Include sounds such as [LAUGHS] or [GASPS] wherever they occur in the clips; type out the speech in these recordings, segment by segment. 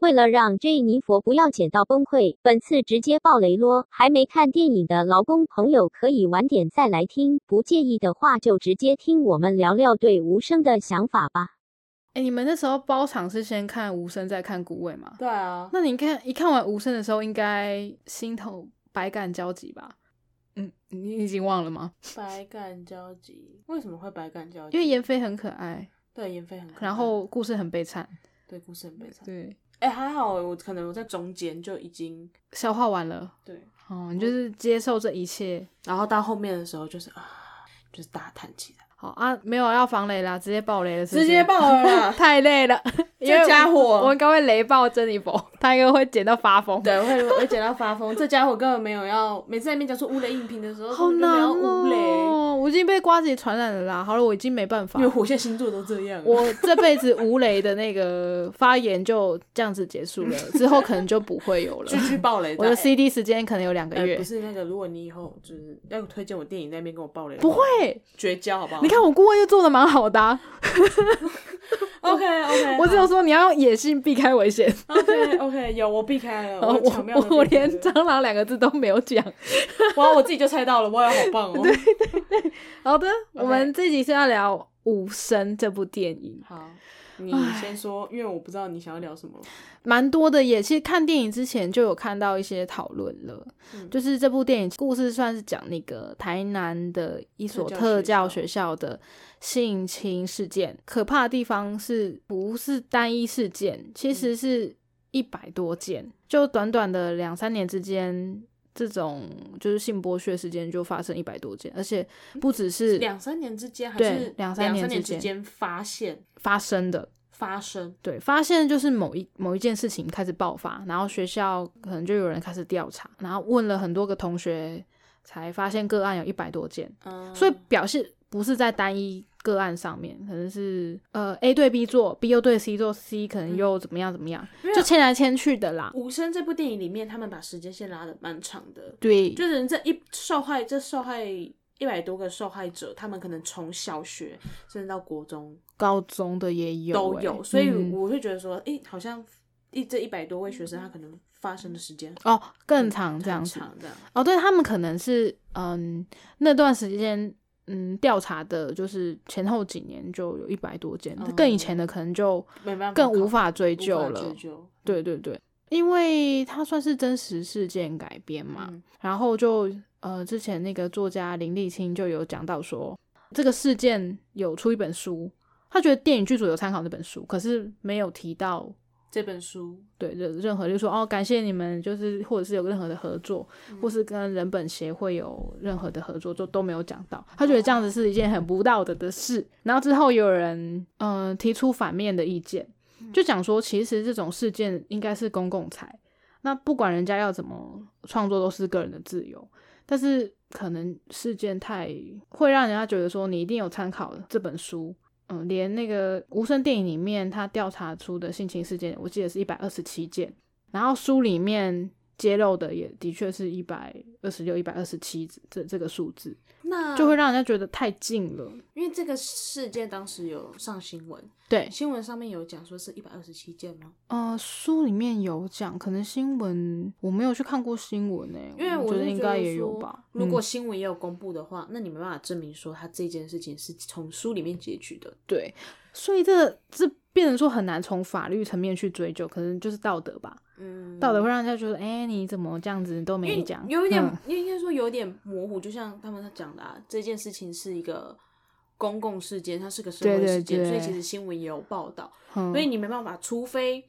为了让 J 尼佛不要剪到崩溃，本次直接爆雷咯！还没看电影的劳工朋友可以晚点再来听，不介意的话就直接听我们聊聊对无声的想法吧。哎、你们那时候包场是先看无声，再看古伟吗？对啊，那你看一看完无声的时候，应该心头百感交集吧？嗯，你已经忘了吗？百感交集，为什么会百感交集？因为妍霏很可爱，对妍霏很可爱，然后故事很悲惨，对故事很悲惨。对，哎、还好我可能我在中间就已经消化完了。对，哦，你就是接受这一切。然后到后面的时候就是啊，就是大叹气的，好啊，没有要防雷啦，直接爆雷了是不是直接爆了啦。 [LAUGHS] 太累了，因为这家伙我应该会雷爆珍妮佛，他应该会剪到发疯。 [LAUGHS] 对，啊我会我会剪到发疯。这家伙根本没有要，每次在那边讲说乌雷影评的时候，好根本就没难有要乌雷，哦！我已经被瓜子传染了啦。好了，我已经没办法因为，火象星座都这样 [LAUGHS] 啊。我这辈子吴雷的那个发言就这样子结束了， [LAUGHS] 之后可能就不会有了句。句爆雷， [LAUGHS] 我的哎 CD 时间可能有两个哎月不，是那个，如果你以后就是要推荐我电影，在那边跟我爆雷，不会。绝交，好不好？你看我顾问又做的蛮好的啊， ，OK OK，我只有说你要用野性避开危险， OK OK，有我避开了，然后 [LAUGHS] 我哦巧我妙的我我连蟑螂两个字都没有讲。哇，我自己就猜到了，哇，好棒哦！对，好的，我们这集是要聊《无声》这部电影，好，你先说，因为我不知道你想要聊什么。蛮多的耶。其实看电影之前就有看到一些讨论了，嗯就是这部电影故事算是讲那个台南的一所特特教教学学校的性侵事件。可怕的地方是不是单一事件，其实是一百多件，就短短的两三年之间。这种就是性剥削事件就发生一百多件，而且不只是两三年之间，还对是两三三年之间之间发现发生的，发生？对，发现就是某一某一件事情开始爆发，然后学校可能就有人开始调查，然后问了很多个同学，才发现个案有一百多件，嗯，所以表示不是在单一个案上面，可能是呃 A 对 B 做，B 又对 C 做，C 可嗯能又怎么样怎么样，没有就牵来牵去的啦。无声》这部电影里面，他们把时间线拉的蛮长的，对，就是这一受害，这受害一百多个受害者，他们可能从小学甚至到国中高中的也有、都欸有，所以嗯我会觉得说，诶，好像一这一百多位学生，他可能发生的时间哦更长这样子嗯很长这样。哦，对他们可能是嗯那段时间嗯调查的，就是前后几年就有一百多件，嗯更以前的可能就没办法更考无法追无究法了追。究对对对，因为它算是真实事件改编嘛，嗯然后就呃之前那个作家林立清就有讲到说，这个事件有出一本书，他觉得电影剧组有参考那本书，可是没有提到这本书，对任任何，就说哦，感谢你们，就是或者是有任何的合作，或是跟人本协会有任何的合作，就都没有讲到。他觉得这样子是一件很不道德的事。然后之后有人嗯、呃提出反面的意见，就讲说其实这种事件应该是公共财，那不管人家要怎么创作都是个人的自由，但是可能事件太会让人家觉得说你一定有参考这本书，嗯，连那个无声电影里面他调查出的性侵事件，我记得是一百二十七件，然后书里面揭露的也的确是一百二十六、一百二十七这这个数字，那就会让人家觉得太近了。因为这个事件当时有上新闻，对，新闻上面有讲说是一百二十七件吗？呃，书里面有讲，可能新闻我没有去看过新闻诶、因为我觉是得应觉该得也有说吧。如嗯果新闻也有公布的话，那你没办法证明说他这件事情是从书里面截取的。对，所以这这变成说很难从法律层面去追究，可能就是道德吧。嗯，道德会让人家觉得，哎、你怎么这样子都因没为讲，有一嗯点，应该说有点模糊，就像他们讲的、啊，这件事情是一个公共事件，它是个社对会对事件，所以对其实新闻也有报道。嗯所以你没办法，除非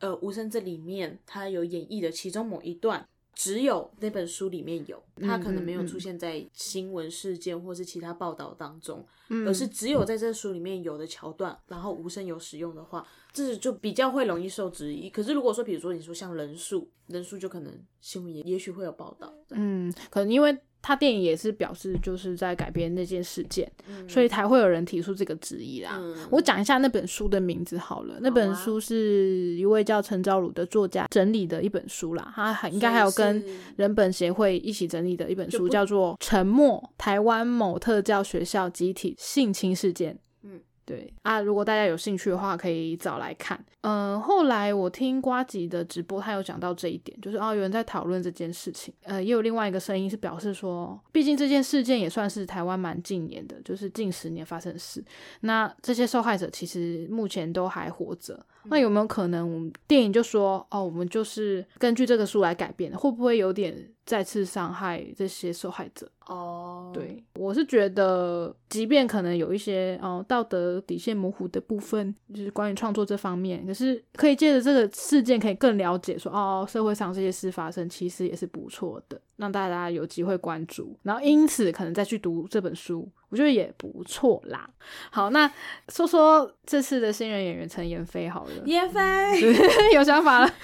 呃，无声这里面它有演绎的其中某一段，只有那本书里面有，它可嗯能没有出现在新闻事件或是其他报道当中，嗯而是只有在这书里面有的桥段，然后无声有使用的话，这就比较会容易受质疑。可是如果说，比如说你说像人数，人数就可能新闻也也许会有报道，嗯，可能因为他电影也是表示就是在改编那件事件，嗯所以才会有人提出这个质疑啦。嗯啊我讲一下那本书的名字好了，那本书是一位叫陈昭儒的作家整理的一本书啦，他还应该还有跟所以是人本协会一起整理的一本就书，不叫做《沉默：台湾某特教学校集体性侵事件》。嗯，对啊，如果大家有兴趣的话，可以找来看。嗯，后来我听瓜吉的直播，他有讲到这一点，就是啊，有人在讨论这件事情。呃，也有另外一个声音是表示说，毕竟这件事件也算是台湾蛮近年的，就是近十年发生的事。那这些受害者其实目前都还活着，那有没有可能我们电影就说哦，我们就是根据这个书来改变的，会不会有点再次伤害这些受害者？哦，，对，我是觉得，即便可能有一些哦道德底线模糊的部分，就是关于创作这方面，可是可以借着这个事件，可以更了解说哦，社会上这些事发生其实也是不错的，让大家有机会关注，然后因此可能再去读这本书，我觉得也不错啦。好，那说说这次的新人演员陈妍霏好了，妍霏， [LAUGHS] 有想法了。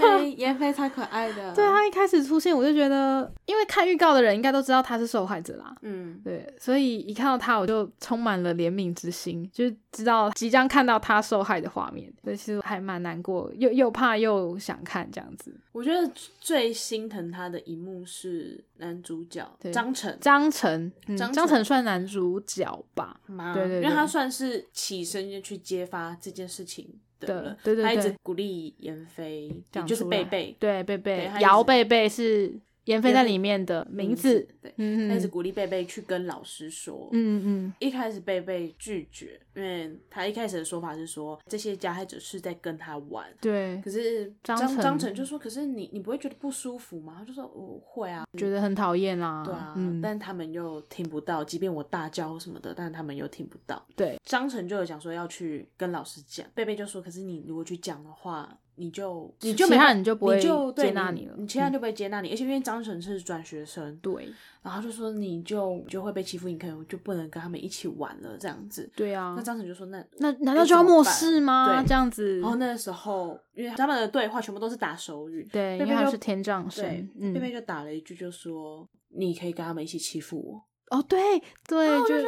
对，妍霏超可爱的，对，啊他一开始出现，我就觉得，因为看预告的人应该都知道他是受害者啦，嗯，对，所以一看到他，我就充满了怜悯之心，就是知道即将看到他受害的画面，所以其实还蛮难过，又又怕又想看这样子。我觉得最心疼他的一幕是男主角对张晨张晨，嗯、张晨张晨算男主角吧？妈，对对对因为他算是起身就去揭发这件事情的对人，对对他一直对鼓励妍霏，也讲就是出来贝贝对，贝贝对他，一姚直贝贝是妍霏在里面的名字。，对，嗯他一直嗯鼓励贝贝去跟老师说，嗯嗯，一开始贝贝拒绝，因为他一开始的说法是说这些加害者是在跟他玩。对可，是张张晨张晨就说：“可是你你不会觉得不舒服吗？”他就说：“我会啊，觉得很讨厌啦。对啊。嗯，但他们又听不到，即便我大叫什么的，但他们又听不到。对，张晨就有讲说要去跟老师讲，贝贝就说：“可是你如果去讲的话，你就你就其没他办人就不会你就对接纳你你了你嗯其他人就不会接纳你，而且因为张晨是转学生，对然后就说你就你就会被欺负，你可能就不能跟他们一起玩了这样子。对啊那。张晨就说：“那那难那道就要怎么漠办视吗？对这样子然，后那时候，因为他们的对话全部都是打手语，对，因贝为贝他就是天障对神，，嗯，贝贝就打了一句，就说你可以跟他们一起欺负我。哦，对啊对，就是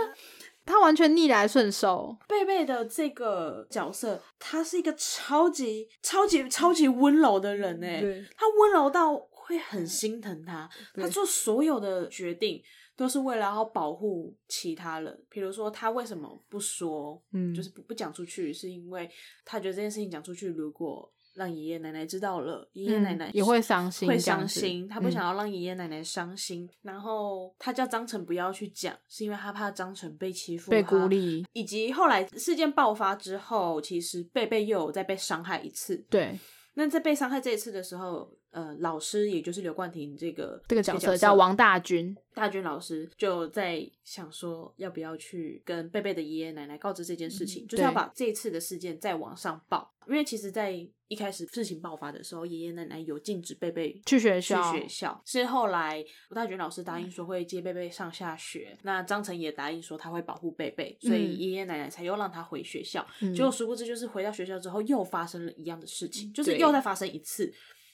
他完全逆来顺受，贝贝的这个角色，他是一个超级超级超级温柔的人哎，对嗯他温柔到会很心疼他，对他做所有的决定都是为了要保护其他人。比如说，他为什么不说，嗯就是不不讲出去，是因为他觉得这件事情讲出去，如果让爷爷奶奶知道了，爷爷奶奶、嗯也会伤心会这样伤子心。他不嗯想要让爷爷奶奶伤心，然后他叫张晨不要去讲，是因为他怕张晨被欺负、被他孤。立，以及后来事件爆发之后，其实贝贝又有再被伤害一次，对，那在被伤害这一次的时候，呃，老师也就是刘冠廷这个这个角色叫王大军，大军老师，就在想说要不要去跟贝贝的爷爷奶奶告知这件事情，就是嗯要对把这一次的事件再往上报，因为其实，在一开始事情爆发的时候，爷爷奶奶有禁止贝贝去学去校，学校，是后来吴大军老师答应说会接贝贝上下学，那张晨也答应说他会保护贝贝，所以嗯爷爷奶奶才又让他回学校。嗯结果殊不知，就是回到学校之后又发生了一样的事情，就是对又再发生一次。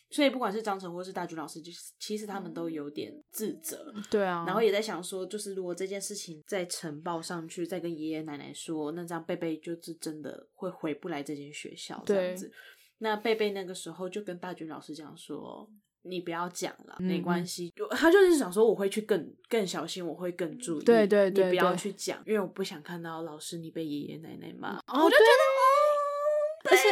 所以不管是张晨或是大军老师，就是其实他们都有点自责，对啊，然后也在想说，就是如果这件事情再呈报上去，再跟爷爷奶奶说，那这样贝贝就是真的会回不来这间学校这样对子。那贝贝那个时候就跟大军老师讲说。你不要讲了，嗯没关嗯系。就他就是想说，我会去更更小心，我会更注意。对对你对不要对去讲，因为我不想看到老师你被爷爷奶奶骂。哦，我就觉得哦，而且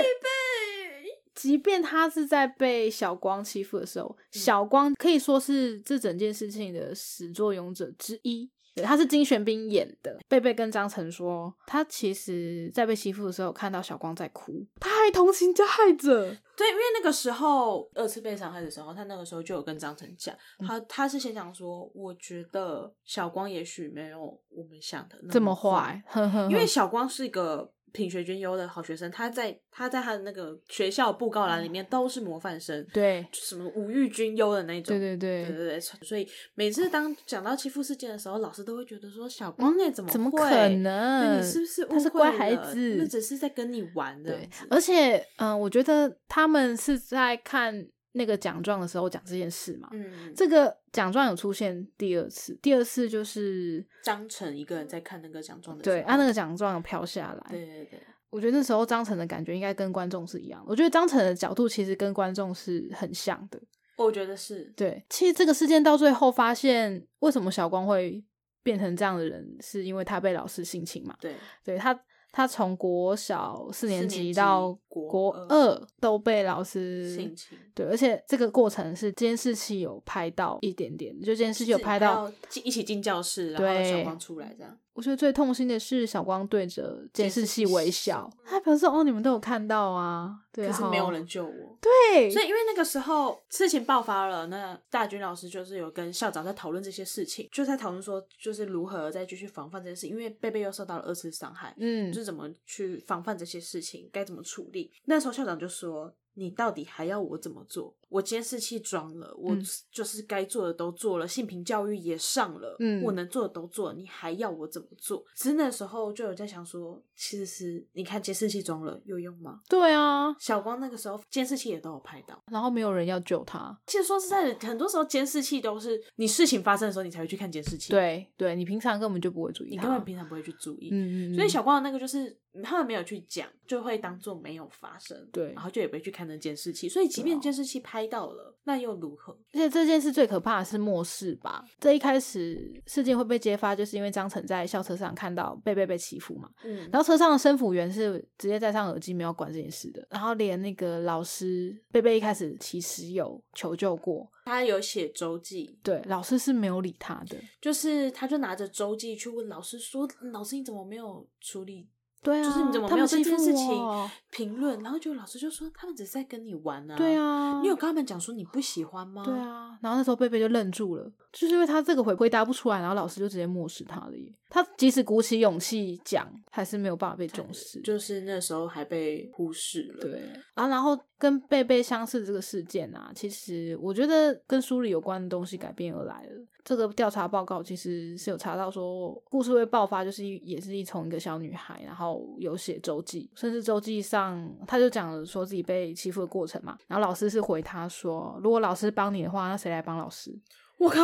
即便他是在被小光欺负的时候，嗯小光可以说是这整件事情的始作俑者之一。对他是金玄彬演的。贝贝跟张晨说，他其实在被欺负的时候看到小光在哭，他还同情加害者。对，因为那个时候二次被伤害的时候，他那个时候就有跟张晨讲，嗯他他是先讲说，我觉得小光也许没有我们想的那这么坏，坏，嗯呵呵呵，嗯因为小光是一个品学兼优的好学生，他在他在他的那个学校布告栏里面都是模范生，对什么五育均优的那种，对对对对对，对，所以每次当讲到欺负事件的时候，老师都会觉得说小光哎、怎么嗯怎么会可那能？你是不是他是误会乖孩了子那只是在跟你玩的对，，而且嗯、呃我觉得他们是在看那个奖状的时候讲这件事嘛。嗯，这个奖状有出现第二次，第二次就是张晨一个人在看那个奖状的时候，对，啊，那个奖状有飘下来。对对对，我觉得那时候张晨的感觉应该跟观众是一样的。我觉得张晨的角度其实跟观众是很像的。我觉得是对，其实这个事件到最后发现，为什么小光会变成这样的人，是因为他被老师性侵嘛？对，对他他从国小四年四年级级到国国二二都被老师性侵，对，而且这个过程是监视器有拍到一点点，就监视器有是拍他到。要进一起进教室，然后对小光出来这样。我觉得最痛心的是小光对着监视器微笑监视，器他表示哦，你们都有看到啊，对，可是好没有人救我，对，所以因为那个时候事情爆发了，那大军老师就是有跟校长在讨论这些事情，就在讨论说就是如何再继续防范这件事，因为贝贝又受到了二次伤害，嗯就是怎么去防范这些事情，该怎么处理。那时候校长就说：“你到底还要我怎么做？我监视器装了，我嗯就是该做的都做了，性平教育也上了，嗯我能做的都做了，你还要我怎么做？”其实那时候就有在想说，其实是你看监视器装了有用吗？对啊，小光那个时候监视器也都有拍到，然后没有人要救他，其实说实在的，很多时候监视器都是你事情发生的时候你才会去看监视器，，对对，你平常根本就不会注意你他，根本平常不会去注意，嗯嗯，嗯所以小光的那个就是嗯他们没有去讲，就会当做没有发生，对然后就也不会去看那监视器。所以即对便啊监视器拍到了，那又如何？而且这件事最可怕的是漠视吧。这一开始事件会被揭发，就是因为张晨在校车上看到贝贝被欺负嘛。嗯然后车上的生辅员是直接戴上耳机，没有管这件事的。然后连那个老师贝贝一开始其实有求救过，他有写周记，对，老师是没有理他的。就是他就拿着周记去问老师说：“老师，你怎么没有处理？对啊，就是你怎么他没有们这欺件负事情我？评论？”然后就老师就说：“他们只是在跟你玩啊。”对。啊，你有跟他们讲说你不喜欢吗？对，啊，然后那时候贝贝就愣住了，就是因为他这个回回答不出来，然后老师就直接漠视他了耶。他即使鼓起勇气讲，还是没有办法被重视。就是那时候还被忽视了。对啊，然后跟贝贝相似这个事件啊，其实我觉得跟书里有关的东西改变而来的。这个调查报告其实是有查到说，故事会爆发就是一也是一从一个小女孩，然后有写周记，甚至周记上她就讲了说自己被欺负的过程嘛。然后老师是回她说，如果老师帮你的话，那谁来帮老师？我靠！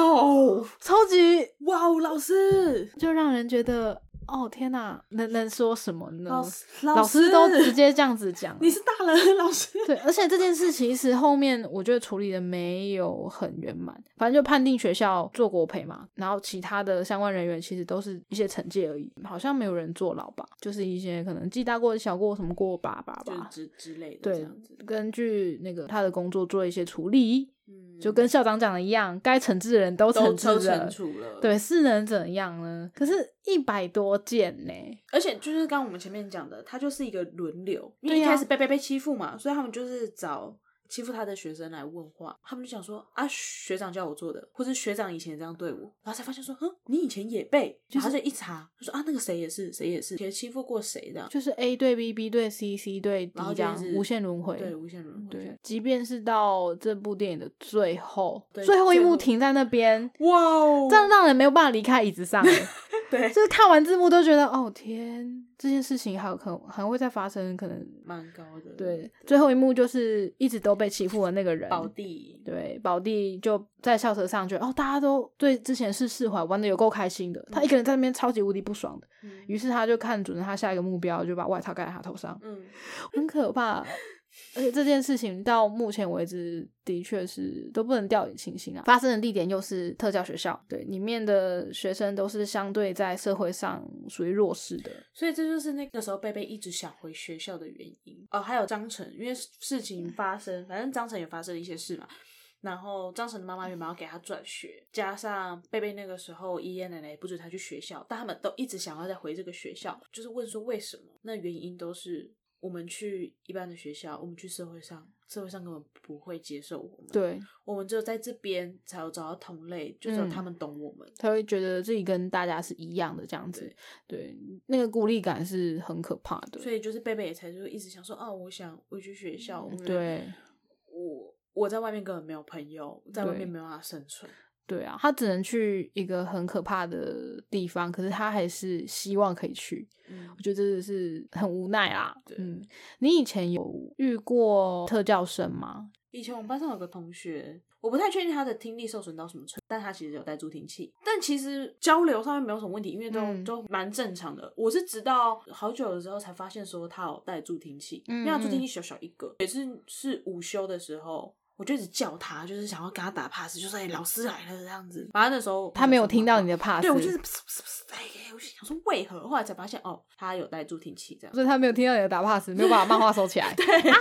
超级哇哦，老师，就让人觉得，哦天哪，能能说什么呢？老师，老师师都直接这样子讲了，你是大人，老师。对，而且这件事其实后面我觉得处理的没有很圆满，反正就判定学校做国赔嘛，然后其他的相关人员其实都是一些惩戒而已，好像没有人坐牢吧，就是一些可能记大过小过什么过吧吧 [LAUGHS] 就吧，之之类的这对样子，，根据那个他的工作做一些处理，嗯就跟校长讲的一样，该惩治的人都都惩都治惩了，处了，对，是能怎样呢？可是，一百多件呢、而且就是刚刚我们前面讲的，他就是一个轮流，因为对啊一呀开始贝贝被欺负嘛，所以他们就是找。欺负他的学生来问话，他们就讲说啊，学长教我做的，或者学长以前这样对我，然后才发现说，哼，你以前也被，就是然后就一查，他说啊，那个谁也是，谁也是，以前欺负过谁这样，就是 A 对 B，B 对 C，C 对 D 然后这就样一直无限轮回，嗯对，无限轮回。对，，即便是到这部电影的最后，对最后一最后幕停在那边，哇哦，真的让人没有办法离开椅子上欸。 [LAUGHS] 对，就是看完字幕都觉得，哦天，这件事情还有可能还会再发生，可能蛮高的，对。最后一幕就是一直都被欺负的那个人，宝地，嗯对，宝弟就在校车上觉得，哦，大家都对之前是释怀，玩的有够开心的，他一个人在那边超级无敌不爽的，嗯于是他就看准了他下一个目标，就把外套盖在他头上。嗯， [LAUGHS] 很可怕。而且这件事情到目前为止，的确是都不能掉以轻心啊。发生的地点又是特教学校，对，里面的学生都是相对在社会上属于弱势的。所以这就是那个时候贝贝一直想回学校的原因哦。还有张晨，因为事嗯情发生，反正张晨也发生了一些事嘛。然后张晨的妈妈原本要给他转学，加上贝贝那个时候爷爷奶奶也不准他去学校，但他们都一直想要再回这个学校，就是问说为什么？那原因都是我们去一般的学校，我们去社会上，社会上根本不会接受我们，，对，我们只有在这边才有找到同类，就只有嗯他们懂我们。他会觉得自己跟大家是一样的这样子，对，那个孤立感是很可怕的。所以就是贝贝也才就一直想说，哦，我想回去学校，我嗯对我我在外面根本没有朋友，在外对面没办法生存。对啊，他只能去一个很可怕的地方，可是他还是希望可以去。嗯我，觉得真的是很无奈啦对。嗯，你以前有遇过特教生吗？以前我们班上有个同学，我不太确定他的听力受损到什么程度，但他其实有带助听器，但其实交流上面没有什么问题，因为都、嗯都蛮正常的。我是直到好久的时候才发现说他有带助听器，嗯因为他助听器小小一个，也是是午休的时候。我就一直叫他，就是想要跟他打 pass，就说哎、老师来了这样子。反正那时候他没有听到你的，的 pass，对我就是噗噗噗噗哎，我就想说为何？后来才发现哦，他有带助听器这样。所以他没有听到你的打 pass，没有把漫画收起来。 [LAUGHS] [LAUGHS] 对啊，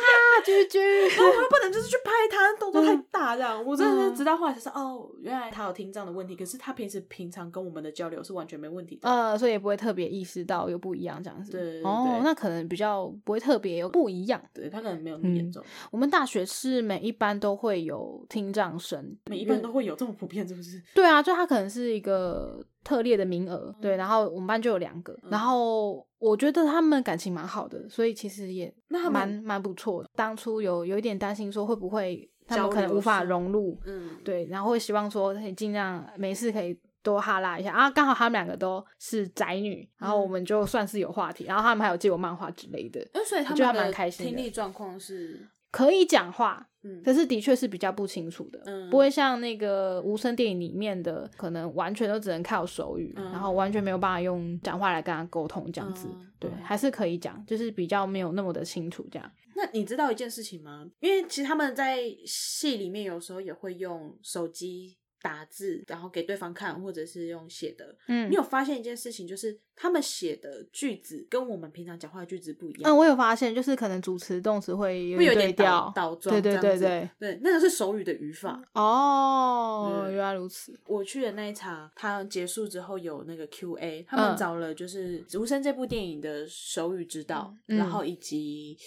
居 [LAUGHS] 居，然后啊我又不能就是去拍他，动作太大这样。我真的嗯是直到后来才知道，哦，原来他有听障的问题。可是他平时平常跟我们的交流是完全没问题的。呃，所以也不会特别意识到有不一样这样子。对对对哦，那可能比较不会特别有不一样。对他可能没有那么嗯严重，我们大学是每一班都会有听障生，每一般都会有这么普遍，是不是？对啊，就他可能是一个特例的名额，嗯对，然后我们班就有两个，然后我觉得他们感情蛮好的，所以其实也那他蛮们蛮不错的。当初有有一点担心说会不会他们交可能流无法是融入，嗯，对，然后会希望说可以尽量没事可以多哈拉一下啊。刚好他们两个都是宅女，然后我嗯们就算是有话题，然后他们还有借我漫画之类的，呃，所以他我觉得还们蛮开的心的听力状况是，可以讲话，嗯，可是的确是比较不清楚的，嗯不会像那个无声电影里面的，可能完全都只能靠手语，嗯然后完全没有办法用讲话来跟他沟通这样子。嗯对嗯，还是可以讲，就是比较没有那么的清楚这样。那你知道一件事情吗？因为其实他们在戏里面有时候也会用手机打字，然后给对方看，或者是用写的。嗯你有发现一件事情，就是他们写的句子跟我们平常讲话的句子不一嗯，样。我有发现，就是可能主词动词会有会有对点调倒，倒装对对这样对子对。嗯对，那个是手语的语法。哦，嗯原来如此。我去的那一场，它结束之后有那个 Q&A，他们嗯找了就是《无声》这部电影的手语指导，嗯然后以及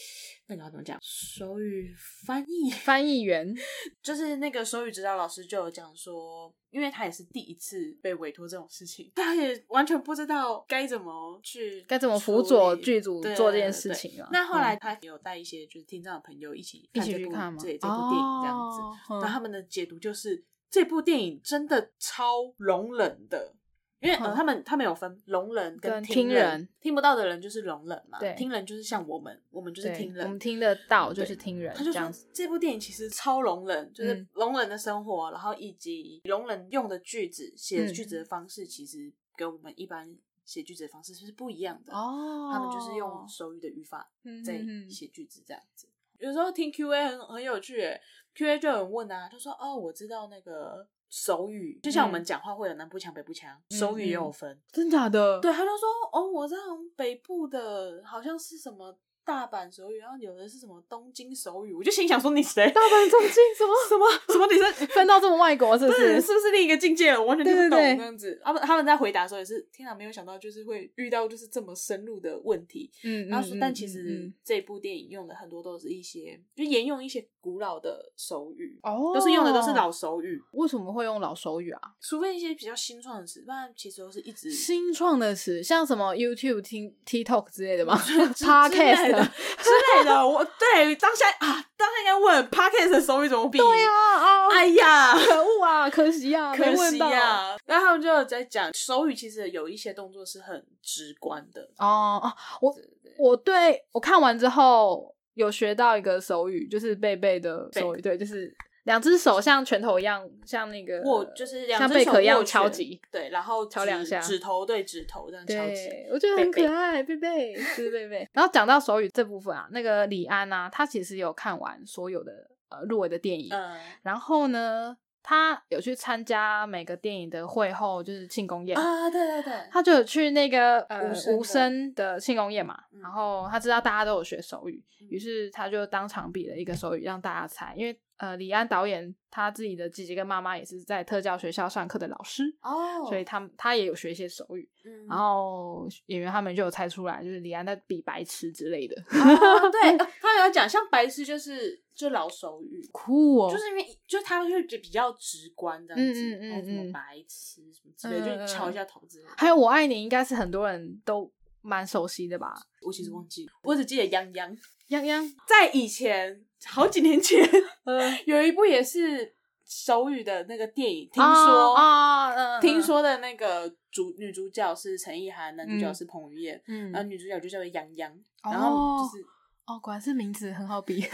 那个要怎么讲，手语翻译， [LAUGHS] 翻译员，就是那个手语指导老师就有讲说，因为他也是第一次被委托这种事情， [LAUGHS] 他也完全不知道该怎么去该怎么辅佐剧。剧组对做这对件对事对情啊？那后来嗯他有带一些就是听障的朋友一起一看起这去部看吗对这部电影这样子，哦然后嗯他们的解读就是这部电影真的超聋人的。因为呃，嗯他们他们有分聋人跟跟听听人，人听不到的人就是聋人嘛，对听人就是像我们，我们就是对听人，嗯我们听得到就是对听人他这就样说子。这部电影其实超聋人，就是嗯聋人的生活，然后以及聋人用的句子、写嗯句子的方式，其实跟我们一般写句子的方式是不一样的。哦他们就是用手语的语法在嗯写句子这样子。有时候听 Q&A 很很有趣耶，Q&A 就有人问啊，就说哦，我知道那个手语，就像我们讲话会有南部腔、北部腔，嗯手语也有分。真假的？对，他就说哦，我知道北部的好像是什么大阪手语，然后有的是什么东京手语，我就心想说你谁？ [LAUGHS] 大阪中京什么什么什么女生？ [LAUGHS] 分到这么外国是不 [LAUGHS] 对，是？是不是另一个境界了？我完全听对不懂对对这样子。他们他们在回答的时候也是，天啊哪，没有想到就是会遇到就是这么深入的问题。嗯然后说，但其嗯实嗯这部电影用的很多都是一些，就沿用一些古老的手语，哦，都是用的都是老手语，为什么会用老手语啊？除非一些比较新创的词，不然其实都是一直新创的词，像什么 YouTube、听 TikTok 之类的吗 [LAUGHS] 之 [LAUGHS] 类的？Podcast 之类的。我对当下啊，当下应该问 podcast 的手语怎么比？对呀，啊， [LAUGHS] 哎呀，可恶啊，可惜啊，可没问惜到。呀、然后他们就有在讲手语，其实有一些动作是很直观的。哦哦，我我对我看完之后有学到一个手语，就是贝贝的手语，对，就是两只手像拳头一样，像那个握就是两呃像只贝手壳一样握拳敲击，对，然后敲指两下指头对指头这样敲击。对，我觉得很贝贝可爱，贝贝就是贝贝。然后讲到手语这部分啊，那个李安啊，他其实有看完所有的呃入围的电影，嗯然后呢，他有去参加每个电影的会后，就是庆功宴啊，对对对，他就有去那个呃无声的无声的庆功宴嘛，嗯然后他知道大家都有学手语，嗯于是他就当场比了一个手语让大家猜，因为呃李安导演他自己的姐姐跟妈妈也是在特教学校上课的老师，哦，所以他们他也有学一些手语，嗯然后演员他们就有猜出来，就是李安在比白痴之类的， [LAUGHS] 哦对，嗯呃他有讲像白痴就是就老手语。酷哦，就是因为，就他们就比较直观这样子，嗯嗯嗯哦什嗯么白痴什么之类嗯的，嗯就敲一下头之类的。还有我爱你应该是很多人都蛮熟悉的吧，我其实嗯忘记了，我只记得泱泱，泱泱，在以前好几年前呃， [LAUGHS] 有一部也是手语的那个电影，听啊说啊嗯嗯听说的那个主女主角是陈意涵，男主角嗯是彭于晏，嗯然后女主角就叫做杨洋，哦然后就是哦，果然是名字很好 [LAUGHS] 比。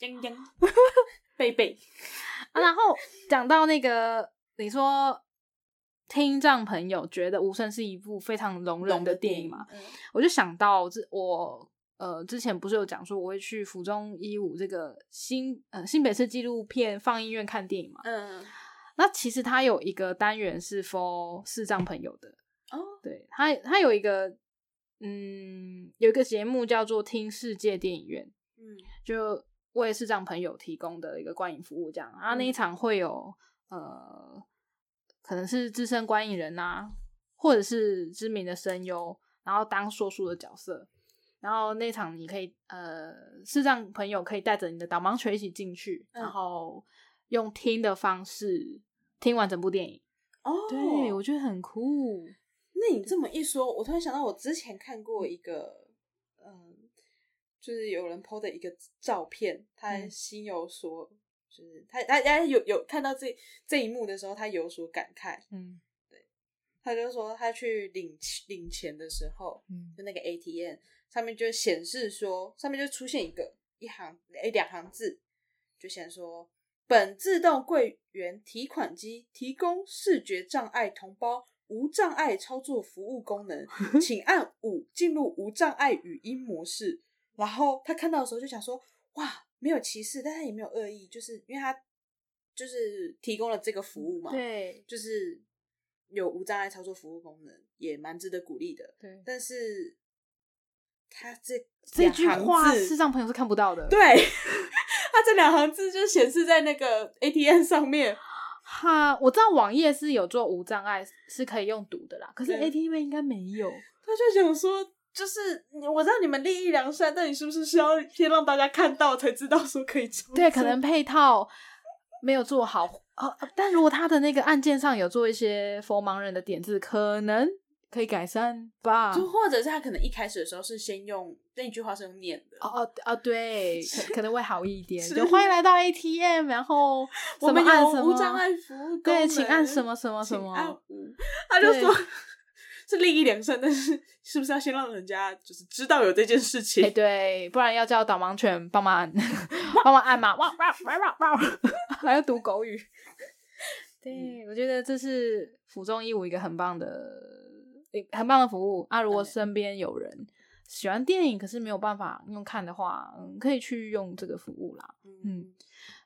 杨 [LAUGHS] 洋贝贝，啊，然后讲到那个，你说听障朋友觉得《无声》是一部非常聋人龙的的电电影影嘛，嗯我就想到这我呃，之前不是有讲说我会去府中一五这个新呃新北市纪录片放映院看电影嘛？嗯，那其实它有一个单元是 for 视障朋友的，哦，对它它有一个嗯有一个节目叫做听世界电影院，嗯就为视障朋友提供的一个观影服务，这样。啊，那一场会有呃，可能是资深观影人啊，或者是知名的声优，然后当说书的角色。然后那一场你可以呃，视障朋友可以带着你的导盲犬一起进去，嗯然后用听的方式听完整部电影。哦，对，我觉得很酷。那你这么一说，我突然想到，我之前看过一个，嗯，就是有人 PO 的一个照片，他嗯心有所，就是他他他有有看到这这一幕的时候，他有所感慨，嗯他就说他去领领钱的时候，嗯就那个 ATM 上面就显示说，上面就出现一个一行诶两行字，就显说本自动柜员提款机提供视觉障碍同胞无障碍操作服务功能，请按五进入无障碍语音模式。然后他看到的时候就想说，哇，没有歧视，但他也没有恶意，就是因为他就是提供了这个服务嘛，嗯对就是有无障碍操作服务功能，也蛮值得鼓励的。对，但是他这这句话两行字视障朋友是看不到的。对， [LAUGHS] 他这两行字就显示在那个 ATM 上面。哈，我知道网页是有做无障碍，是可以用读的啦。可是对 ATV 应该没有。他就想说，就是你我知道你们利益良善，但你是不是需要先让大家看到才知道说可以操作？对，可能配套没有做好。哦，但如果他的那个按键上有做一些 for 盲人的点字，可能可以改善吧。就哦或者是他可能一开始的时候是先用那句话是用念的，哦哦，对，可可能会好一点。是就欢迎来到 ATM，然后我们什么按有什无障么碍服务功对，能，请按什么什么什请按么。五，他就对说是利益良善，但是是不是要先让人家就是知道有这件事情？哎、对，不然要叫导盲犬帮忙按， [LAUGHS] 帮忙按嘛，哇哇哇哇哇，还要读狗语。 [LAUGHS] 对，我觉得这是服中医务一个很棒的、诶很棒的服务啊！如果对身边有人喜欢电影，可是没有办法用看的话，嗯，可以去用这个服务啦。嗯，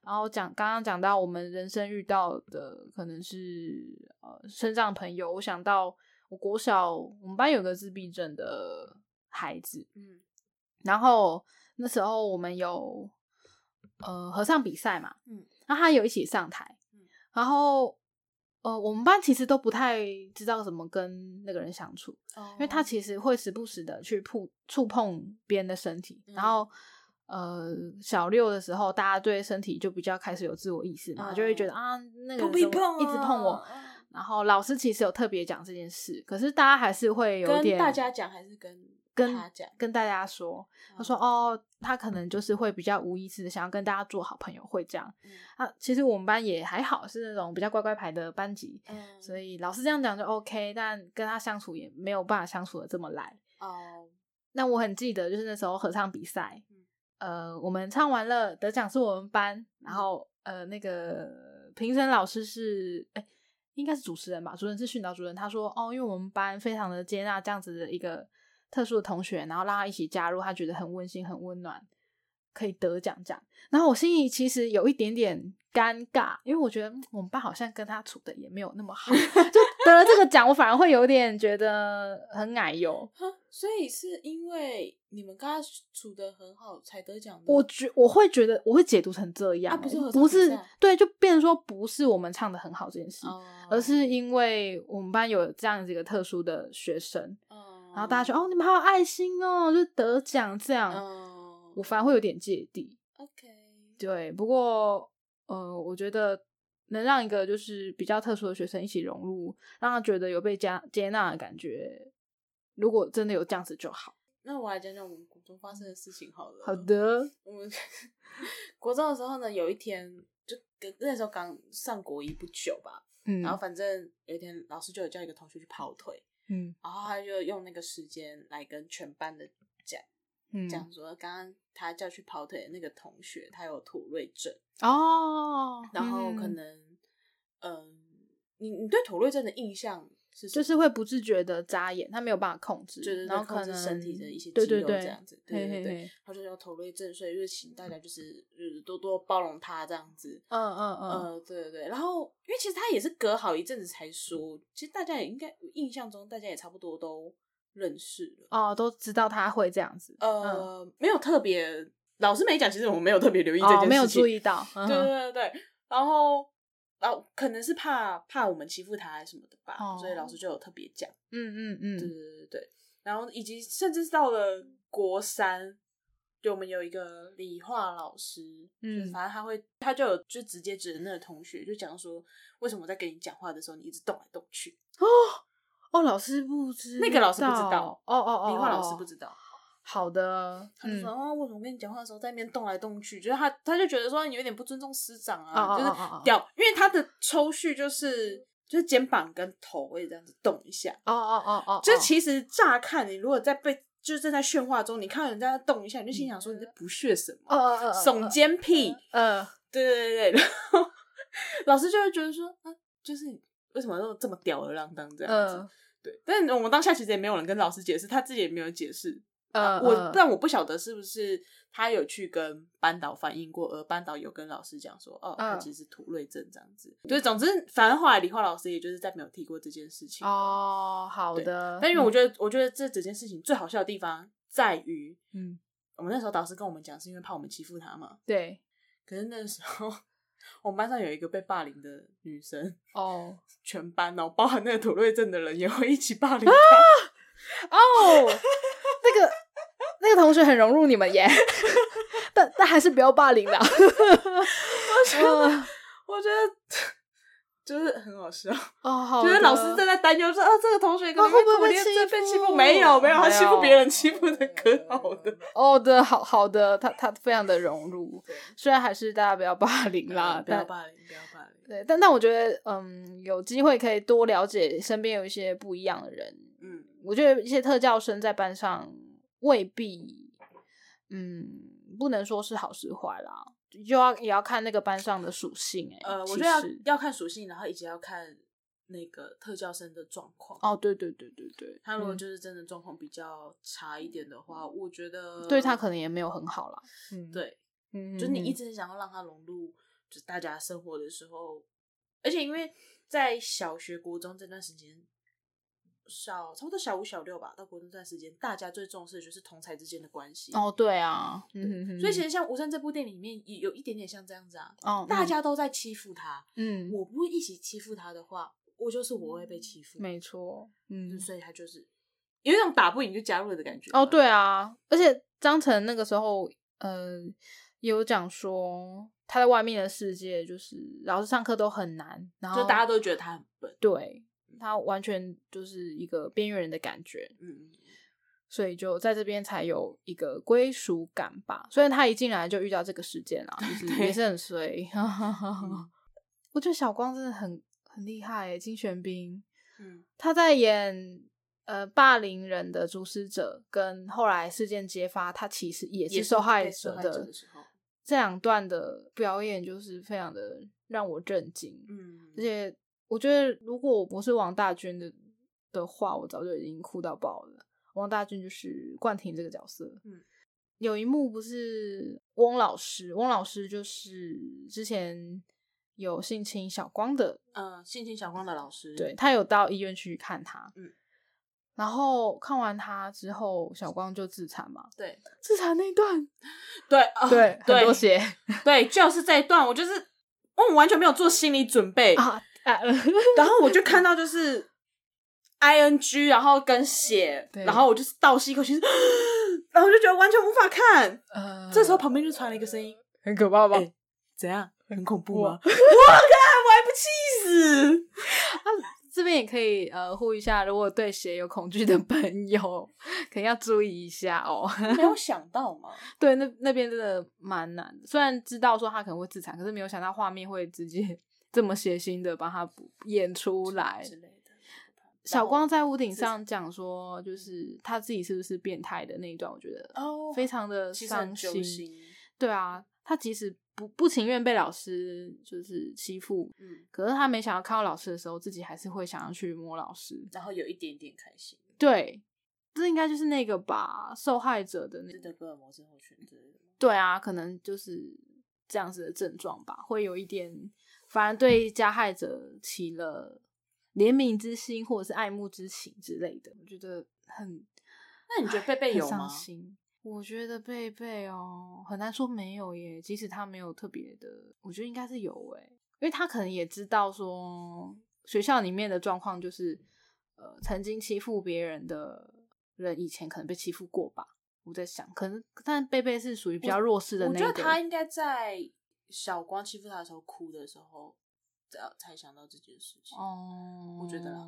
然后讲刚刚讲到我们人生遇到的可能是呃身障朋友，我想到我国小我们班有个自闭症的孩子，嗯然后那时候我们有呃合唱比赛嘛，嗯，然后他有一起上台，嗯然后呃我们班其实都不太知道怎么跟那个人相处，因哦为他其实会时不时的去碰触碰别人的身体，嗯然后呃小六的时候，大家对身体就比较开始有自我意识嘛，嗯就会觉得啊那个不人怎必碰么啊，一直碰我，然后老师其实有特别讲这件事，可是大家还是会有跟点大家讲还是跟跟他讲？嗯跟大家说，他说哦，他可能就是会比较无意识的想要跟大家做好朋友，会这样。嗯，啊，其实我们班也还好，是那种比较乖乖牌的班级，嗯，所以以老师这样讲就 OK，但跟他相处也没有办法相处的这么来。哦，那我很记得，就是那时候合唱比赛嗯，呃，我们唱完了，得奖是我们班，然后呃，那个评审老师是哎。应该是主持人吧，主持人是训导主任。他说：“哦，因为我们班非常的接纳这样子的一个特殊的同学，然后让他一起加入，他觉得很温馨、很温暖，可以得奖这样。”然后我心里其实有一点点尴尬，因为我觉得嗯我们班好像跟他处的也没有那么好， [LAUGHS] 就得了这个奖，我反而会有点觉得很矮油。哈，所以是因为你们跟他处的很好才得奖的，我觉我会觉得我会解读成这样、啊不是合欸唱不比是赛对，就变成说不是我们唱的很好这件事，哦，而是因为我们班有这样子一个特殊的学生，嗯，然后大家觉得哦，你们好有爱心哦，就得奖这样，嗯我反而会有点芥蒂。 ，OK，对，不过呃，我觉得能让一个就是比较特殊的学生一起融入，让他觉得有被接接纳的感觉，如果真的有这样子就好。那我来讲讲我们国中发生的事情好了。好，的，我们 [LAUGHS] 国中的时候呢，有一天就跟那时候刚上国一不久吧，嗯，然后反正有一天老师就有叫一个同学去跑腿，嗯然后他就用那个时间来跟全班的讲嗯讲说，刚刚他叫去跑腿的那个同学他有妥瑞症，哦，然后可嗯能嗯、你你对妥瑞症的印象是就是是会不自觉的眨眼，他没有办法控制，就是然后控可制能身体的一些肌对肉对对这样子，对对嘿嘿对，嘿他就是要投入正睡，就是请大家就是就是多多包容他这样子。嗯嗯嗯，呃，对对对，然后因为其实他也是隔好一阵子才说，其实大家也应该印象中大家也差不多都认识了，哦，都知道他会这样子，呃，没有特别，老师没讲，其实我没有特别留意这件事哦，情，没有注意 [LAUGHS] 到，嗯对啊哼对对对，然后然后可能是怕怕我们欺负他还是什么的吧，哦所以老师就有特别讲，嗯嗯嗯，对对对对对，然后以及甚至是到了国三，就我们有一个理化老师，就是嗯反正他会他就有就直接指着那个同学就讲说，为什么我在跟你讲话的时候你一直动来动去，哦，老师不知那个老师不知道道，哦哦哦，理化老师哦不知道。好的，他就嗯说、啊，为什么跟你讲话的时候在那边动来动去？就是他，他就觉得说你有点不尊重师长哦啊，哦就是哦哦掉，因为他的抽蓄就是就是肩膀跟头会这样子动一下。哦哦哦哦，就哦其实乍看，你如果在被就是正在喧哗中，你看到人家在动一下，你就心想说你在不屑什哦么，哦哦，哦耸，肩屁。呃，呃对对对对，然后老师就会觉得说啊，就是为什么都这么吊儿郎当这样子呃？对，但我们当下其实也没有人跟老师解释，他自己也没有解释。呃，我呃但我不晓得是不是他有去跟班导反映过，而班导有跟老师讲说，哦，他嗯其实土瑞症这样子。对，总之，反正后来理化老师也就是再没有提过这件事情。，哦，好对的，但因为我嗯觉得，我觉得这整件事情最好笑的地方在于，嗯，我们那时候导师跟我们讲，是因为怕我们欺负他嘛。对，可是那时候，我们班上有一个被霸凌的女生， [LAUGHS] 哦全班哦，包含那个土瑞症的人也会一起霸凌她。哦，那个那个同学很融入你们耶， [LAUGHS] 但但还是不要霸凌 [LAUGHS] 啦。啊嗯我觉得 [LAUGHS] 就是很好笑。 [LAUGHS] 哦，好觉的，得老师正在担忧说，啊，这个同学可能会不会可被怜欺这被欺负负？没有，没有，他没欺负有别人，欺负 [LAUGHS] 的可好的。哦的好好的，他他非常的融入，虽然还是大家不要霸凌啦，嗯啊不要但霸凌，不要霸 [LAUGHS] 凌。对，但但我觉得，嗯，有机会可以多了解身边有一些不一样的人。嗯，我觉得一些特教生在班上未必，嗯，不能说是好是坏啦，就要也要看那个班上的属性、欸。呃，我其觉得要实要看属性，然后以及要看那个特教生的状况。哦，对对对对对，他如果嗯就是真的状况比较差一点的话，我觉得对他可能也没有很好啦。嗯，，对，嗯，就是你一直直很想要让他融入就是大家生活的时候，而且因为在小学、国中这段时间，小差不多小五、小六吧，到国中这段时间，大家最重视的就是同才之间的关系。哦，对啊，嗯哼哼所以其实像《无声》这部电影里面也有一点点像这样子啊，哦，大嗯家都在欺负他，嗯，我不一起欺负他的话，我就是我会被欺负，没错，嗯嗯，，所以他就是有一种打不赢就加入了的感觉。哦，，对啊，而且张晨那个时候，呃，也有讲说他在外面的世界就是老师上课都很难，然后就大家都觉得他很笨，对他完全就是一个边缘人的感觉，嗯，嗯所以就在这边才有一个归属感吧。虽然他一进来就遇到这个事件 [LAUGHS] 啊，就是对也是很 [LAUGHS] 衰。嗯我觉得小光真的很很厉害耶，金玄彬。嗯他在演呃霸凌人的主使者，跟后来事件揭发，他其实也也是是受害被受者害的者的时候这两段的表演，就是非常的让我震惊。嗯，而且我觉得，如果我不是王大军的的话，我早就已经哭到爆了。王大军就是冠廷这个角色，嗯，有一幕不是翁老师，翁老师就是之前有性侵小光的呃，性情小光的老师，对，他有到医院去看他，嗯，然后看完他之后，小光就自残嘛，对自残那一段，对啊对，很多对血对，就是这一段，我就是我完全没有做心理准备，啊啊，然后我就看到就是 I N G，然后跟血，对然后我就是倒吸一口气， [GASPS] 然后我就觉得完全无法看。 [LAUGHS] 呃这时候旁边就传了一个声音，很可怕吧？哎怎样？很恐怖哇 [LAUGHS] 吗？我靠！我还不气死！这边也可以呃呼吁一下，如果对血有恐惧的朋友，可能要注意一下哦。 [LAUGHS] [LAUGHS] 没 [LAUGHS] 有想到嘛，对，那那边真的蛮难的，虽然知道说他可能会自残，可是没有想到画面会直接 [LAUGHS] 这么血腥的把他演出来之类的。小光在屋顶自残上讲说，就是他自己是不是变态的那一段，我觉得哦非常的其实很伤揪心，对啊，他即使不不情愿被老师就是欺负，嗯，可是他没想要看到老师的时候，自己还是会想要去摸老师。然后有一点点开心，对，这应该就是那个吧，受害者的那是德布尔摩症候群之类的吗。对啊，可能就是这样子的症状吧，会有一点，反而对加害者起了怜悯之心或者是爱慕之情之类的，我觉得很。那你觉得贝贝很有伤吗心我觉得贝贝哦，很难说没有耶。即使他没有特别的，我觉得应该是有诶，因为他可能也知道说学校里面的状况就是，呃，曾经欺负别人的人以前可能被欺负过吧。我在想，可能但贝贝是属于比较弱势的我那一觉个。得他应该在小光欺负他的时候哭的时候，才才想到这件事情。哦，我觉得啦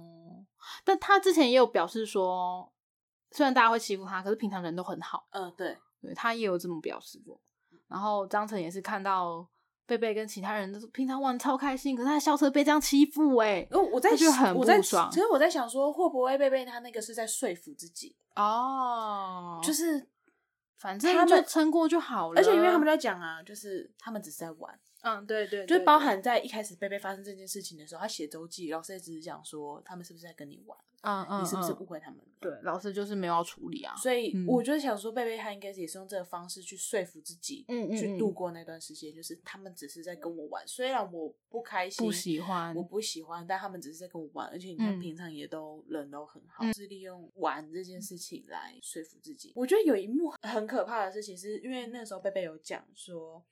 但他之前也有表示说，虽然大家会欺负他，可是平常人都很好。嗯，对，对他也有这么表示过。然后张晨也是看到贝贝跟其他人都是平常玩得超开心，可是他的校车被这样欺负哎、哦，我在他觉得很我在不爽其实我在想说，会不会贝贝他那个是在说服自己，哦就就是是反他正们就撑过就好了。而且因为他们在讲啊，就是他们只是在玩，嗯对对就是包含在一开始贝贝发生这件事情的时候，他写周记，老师也只是讲说他们是不是在跟你玩，嗯嗯你是不是误嗯会他们了？对老师就是没有要处理啊。所以嗯我就想说，贝贝他应该也是用这个方式去说服自己，嗯嗯嗯去度过那段时间。就是他们只是在跟我玩，虽然我不开心，不喜欢我不喜欢，但他们只是在跟我玩。而且你看，嗯平常也都、人都很好，就是利用玩这件事情来说服自己。我觉得有一幕很可怕的事情，是因为那时候贝贝有讲说。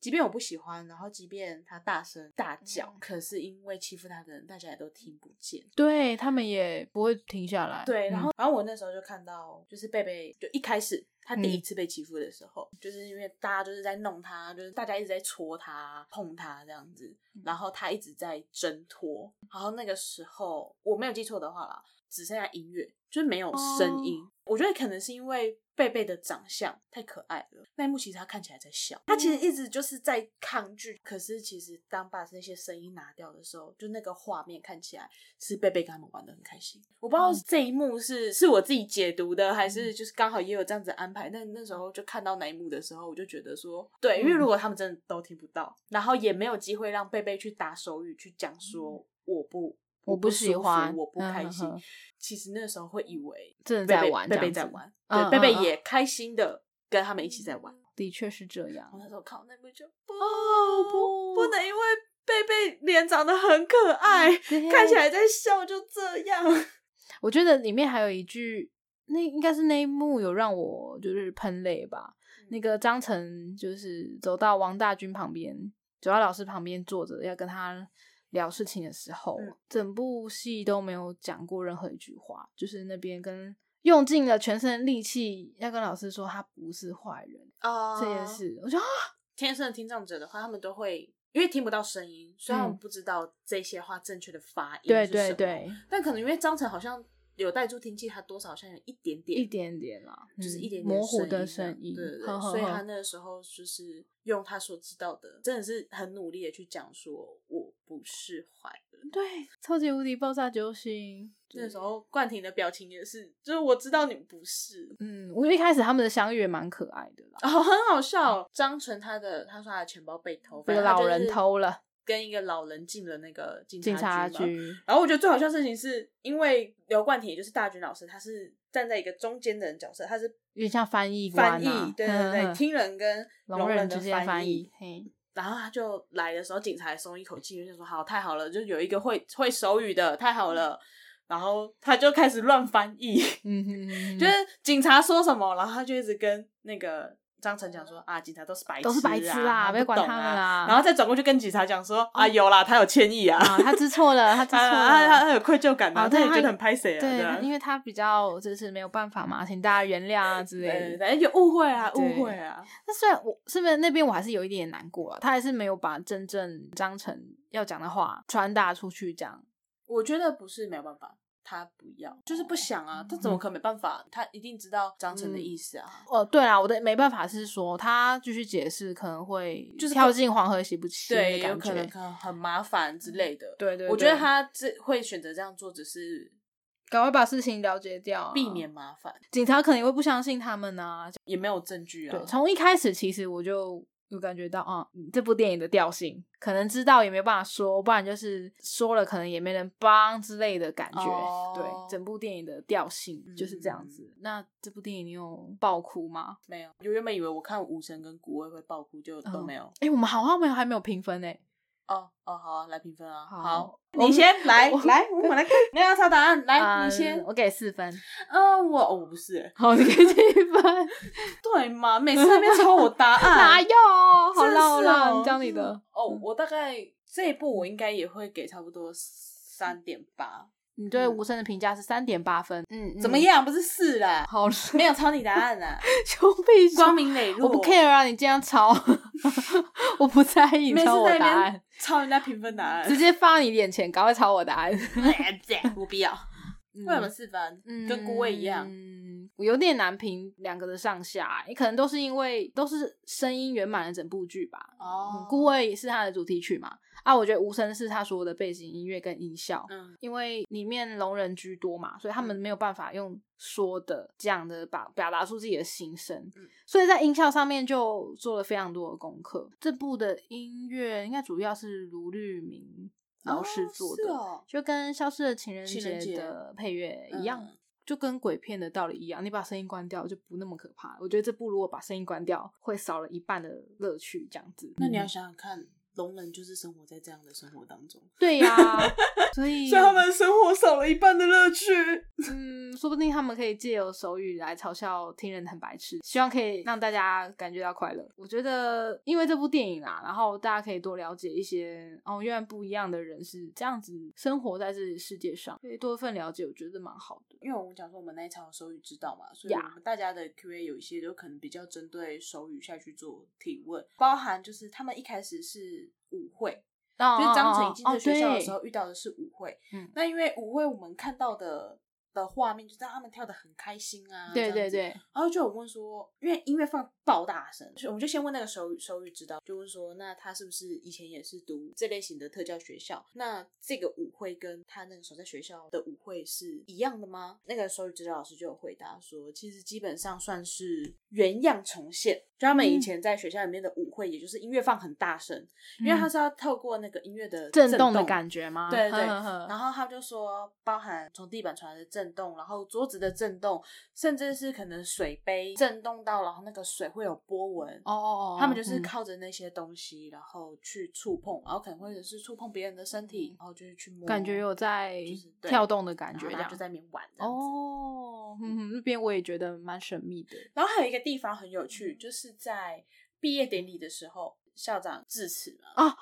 即便我不喜欢，然后即便他大声大叫，嗯可是因为欺负他的人，大家也都听不见。对他们也不会停下来。对，然嗯后、然后我那时候就看到，就是贝贝就一开始他第一嗯次被欺负的时候，就是因为大家就是在弄他，就是大家一直在戳他、碰他这样子，嗯然后他一直在挣脱。然后那个时候我没有记错的话啦，只剩下音乐，就是没有声哦音。我觉得可能是因为贝贝的长相太可爱了，那一幕其实他看起来在笑，他其实嗯一直就是在抗拒。可是其实当把那些声音拿掉的时候，就那个画面看起来是贝贝跟他们玩的很开心。我不知道嗯这一幕是是我自己解读的，还是就是刚好也有这样子安排。但那时候就看到那一幕的时候，我就觉得说，对，因为嗯如果他们真的都听不到，然后也没有机会让贝贝去打手语去讲说我不。嗯我不不舒喜服欢我不嗯开哼心哼。其实那时候会以为真的贝在贝玩，贝贝这在样子玩，嗯对，贝贝嗯嗯嗯也开心的跟他们一起在玩。的确是这样我。那时候看我那部就不哦不不能因为贝贝脸长得很可爱，对看起来在笑就这样。 [LAUGHS] 我觉得里面还有一句，那应该是那一幕有让我就是喷泪吧。嗯那个张晨就是走到王大军旁边，九幺老师旁边坐着，要跟他聊事情的时候，嗯整部戏都没有讲过任何一句话，就是那边跟用尽了全身的力气要跟老师说他不是坏人、啊这件，事，我觉得啊天生的听障者的话，他们都会因为听不到声音，虽然我嗯们不知道这些话正确的发音，对对，对，但可能因为张晨好像有带助听器，他多少好像有一点点一点点啦，就是嗯一点点模糊的声声音，对对对，呵呵所以呵他那时候就是用他所知道的，真的是很努力的去讲说我不是坏人。对超级无敌爆炸九星，那时候冠廷的表情也是，就是我知道你不是，嗯，我觉得一开始他们的相遇也蛮可爱的啦，然后很好笑 [LAUGHS] 哦。张纯他的他说他的钱包被偷，被老人偷了，跟一个老人进了那个警警察局嘛局，然后我觉得最好笑的事情是因为刘冠廷，也就是大军老师，他是站在一个中间的人角色，他是有点像翻译官翻啊译，对对对，嗯嗯听人跟 [LAUGHS] 聋人人的之间翻译，嘿，然后他就来的时候，警察也松一口气，就说：“好，太好了，就有一个会会手语的，太好了。”然后他就开始乱翻译，嗯哼哼，就是警察说什么，然后他就一直跟那个张晨讲说：“啊，警察都是白痴、啊，都是白痴啦，他不要管懂他们啊。啦。然后再转过去跟警察讲说：“啊，有啦，他有歉意啊， [LAUGHS] 啊，他知错了，他知错他他他了。他有愧疚感啊啊，他对也觉得他很拍谁啊，对，啊他因为他比较就是没有办法嘛，请大家原谅啊之类的。对，反正有误会啊，对误会啊，那虽然我是不是那边我还是有一点难过啊，他还是没有把真正张晨要讲的话传达出去，这样我觉得不是没有办法。”他不要，就是不想啊，他嗯怎么可能没办法？他一定知道张晨的意思啊。哦，对啦，我的没办法是说他继续解释可能会就是跳进黄河洗不清对，的有感可能觉。嗯可能很麻烦之类的。对对我觉得对他这会选择这样做，只是赶快把事情了解掉啊、避免麻烦，警察可能也会不相信他们呐、也没有证据啊对，。从一开始其实我就有感觉到啊、嗯这部电影的调性，可能知道也没办法说，不然就是说了可能也没人帮之类的感觉。哦嗯对，整部电影的调性就是这样子。那这部电影你有爆哭吗？没有，我原本以为我看无神跟古味会爆哭，就都没有。哎、我们好像没有还没有评分呢、哦哦，好啊，来评分啊，好好，我你先来我来，我们来看， [LAUGHS] 没有要抄答案，来嗯你先。我给四分。嗯，我哦我不是欸，好，你给七 [LAUGHS] 啊分，对嘛，每次在那边抄我答 [LAUGHS] 哪案，有？好真啦好是啦，哦你讲你的。哦，我大概这一部我应该也会给差不多三点八，你对嗯无声的评价是三点八分，嗯，怎么样？样？不是四啦， [LAUGHS] 好，没有抄你答案 [LAUGHS] 啦，兄弟，光明磊落，我不 care 啊，你这样抄， [LAUGHS] 我不在意你每次抄在我那答边案， [LAUGHS] 抄人家评分答案直， [LAUGHS] 接放你脸前，赶快抄我答案。 [LAUGHS] 我不要，为什么四分？嗯跟顾魏一样，嗯，我有点难评两个的上下、也可能都是因为都是声音圆满了整部剧吧。嗯哦，顾魏是他的主题曲嘛，啊，我觉得无声是他所有的背景音乐跟音效，嗯因为里面聋人居多嘛，所以他们没有办法用说的这样的把表达出自己的心声，嗯所以在音效上面就做了非常多的功课。这部的音乐应该主要是卢律明老师做的，哦是哦就跟《消失的情人情人节》节的配乐一样。嗯就跟鬼片的道理一样，你把声音关掉就不那么可怕了。我觉得这部如果把声音关掉，会少了一半的乐趣，这样子。那你要嗯想想看，聋人就是生活在这样的生活当中，对 [LAUGHS] 呀、所以所以他们的生活少了一半的乐趣。嗯，说不定他们可以借由手语来嘲笑听人很白痴，希望可以让大家感觉到快乐。我觉得，因为这部电影啊，然后大家可以多了解一些哦，原来不一样的人是这样子生活在这世界上，可以多一份了解，我觉得蛮好的。因为我们讲说我们那一场有手语指导嘛，所以我 Yeah 们大家的 Q&A 有一些都可能比较针对手语下去做提问，包含就是他们一开始是舞会，哦就是张晨已经哦在学校的时，哦候遇到的是舞会，嗯那因为舞会我们看到的的画面就是他们跳的很开心啊，对这对对嗯样子对，然后就有问说，因为音乐放爆大声，所以我们就先问那个手语手语指导，就问说，那他是不是以前也是读这类型的特教学校？那这个舞会跟他那个时候在学校的舞会是一样的吗？那个手语指导老师就有回答说，其实基本上算是原样重现，就他们以前在学校里面的舞会，也就是音乐放很大声，因为他是要透过那个音乐的嗯震动动的感觉吗？对对对呵呵然呵后他们就说，包含从地板传来的震动，然后桌子的震动，甚至是可能水杯震动到，然后那个水会有波纹。哦哦哦，他们就是嗯靠着那些东西，然后去触碰，然后可能或者是触碰别人的身体，然后就是去摸，嗯感觉有在就是对跳动的感然觉后这他样，就在那边玩这样子。哦，嗯，那边我也觉得蛮神秘的。然后还有一个地方很有嗯趣，就是在毕业典礼的时候，校长致辞嘛，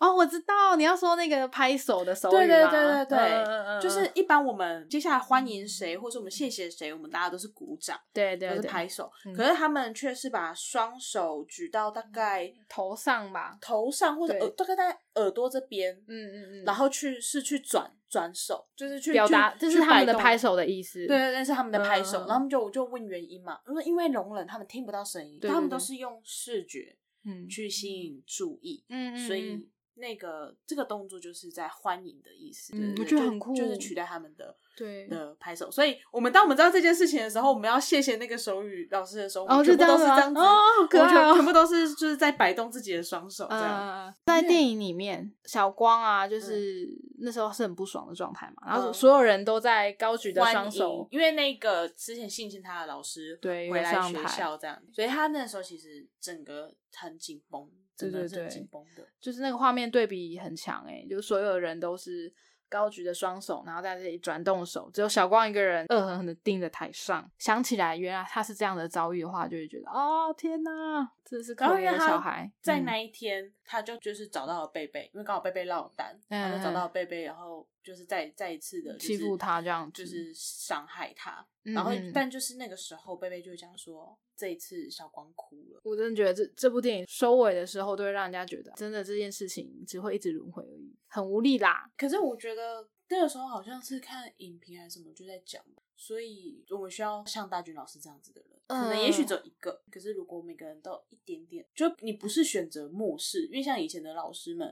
哦，我知道你要说那个拍手的手语对对吗对对对嗯嗯嗯就是嗯一般我们接下来欢迎谁，或者我们谢谢谁，我们大家都是鼓掌。对对都是对拍手，嗯可是他们却是把双手举到大概头上吧，头上或者对耳，大概在耳朵这边，嗯嗯嗯，然后去是去转转手，就是去表达去这是他们的去摆动拍手的意思，对对对，是他们的拍手，嗯嗯嗯然后他们就我就问原因嘛，因为因为聋人他们听不到声音，对对他们对都是用视觉嗯，去吸引注意，嗯嗯，所嗯以那个这个动作就是在欢迎的意思，嗯对对对我觉得就很酷就是取代他们的对。的拍手，所以我们当我们知道这件事情的时候，我们要谢谢那个手语老师的时候，我哦，们就全部样都是子这吗样子，哦，好可我爱全哦全部都是就是在摆动自己的双手这样。呃，在电影里面，小光啊，就是那时候是很不爽的状态嘛，然后嗯所有人都在高举的欢双迎，手，因为那个之前性侵他的老师对回有来上学台校这样，所以他那时候其实整个很紧绷，对真对的是很对紧绷的。就是那个画面对比很强诶、就是所有人都是高举着双手，然后在这里转动手，只有小光一个人恶狠狠的盯着台上。想起来原来他是这样的遭遇的话，就会觉得哦天哪，真是可然后因怜的为小他孩。在嗯那一天，他就就是找到了贝贝，因为刚好贝贝落单，他就找到了贝贝，然后就是再再一次的欺负他这样子就是伤害他。嗯然后嗯，但就是那个时候，贝贝就讲说，这一次小光哭了。我真的觉得这这部电影收尾的时候，都会让人家觉得真的这件事情只会一直轮回而已，很无力啦。可是我觉得那个时候好像是看影评还是什么就在讲，所以我们需要像大军老师这样子的人，可能也嗯许只有一个。可是如果每个人都有一点点，就你不是选择漠视，因为像以前的老师们，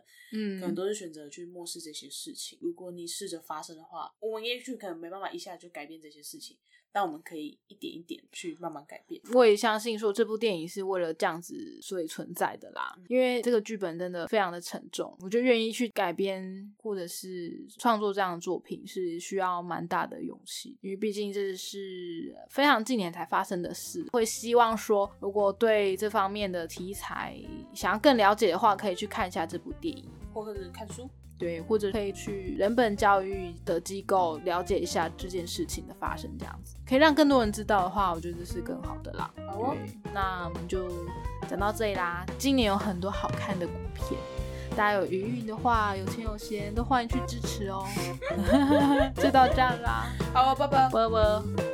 可能嗯，都是选择去漠视这些事情。如果你试着发生的话，我们也许可能没办法一下就改变这些事情，但我们可以一点一点去慢慢改变。我也相信说这部电影是为了这样子所以存在的啦，因为这个剧本真的非常的沉重，我就愿意去改编或者是创作这样的作品是需要蛮大的勇气，因为毕竟这是非常近年才发生的事，会希望说如果对这方面的题材想要更了解的话，可以去看一下这部电影。或者是看书，对，或者可以去人本教育的机构了解一下这件事情的发生，这样子可以让更多人知道的话，我觉得这是更好的啦。好哦，对，那我们就讲到这里啦。今年有很多好看的股片，大家有余韵的话，有钱有 [LAUGHS] 闲都欢迎去支持哦。就到这样啦，好哦，拜拜。啵啵。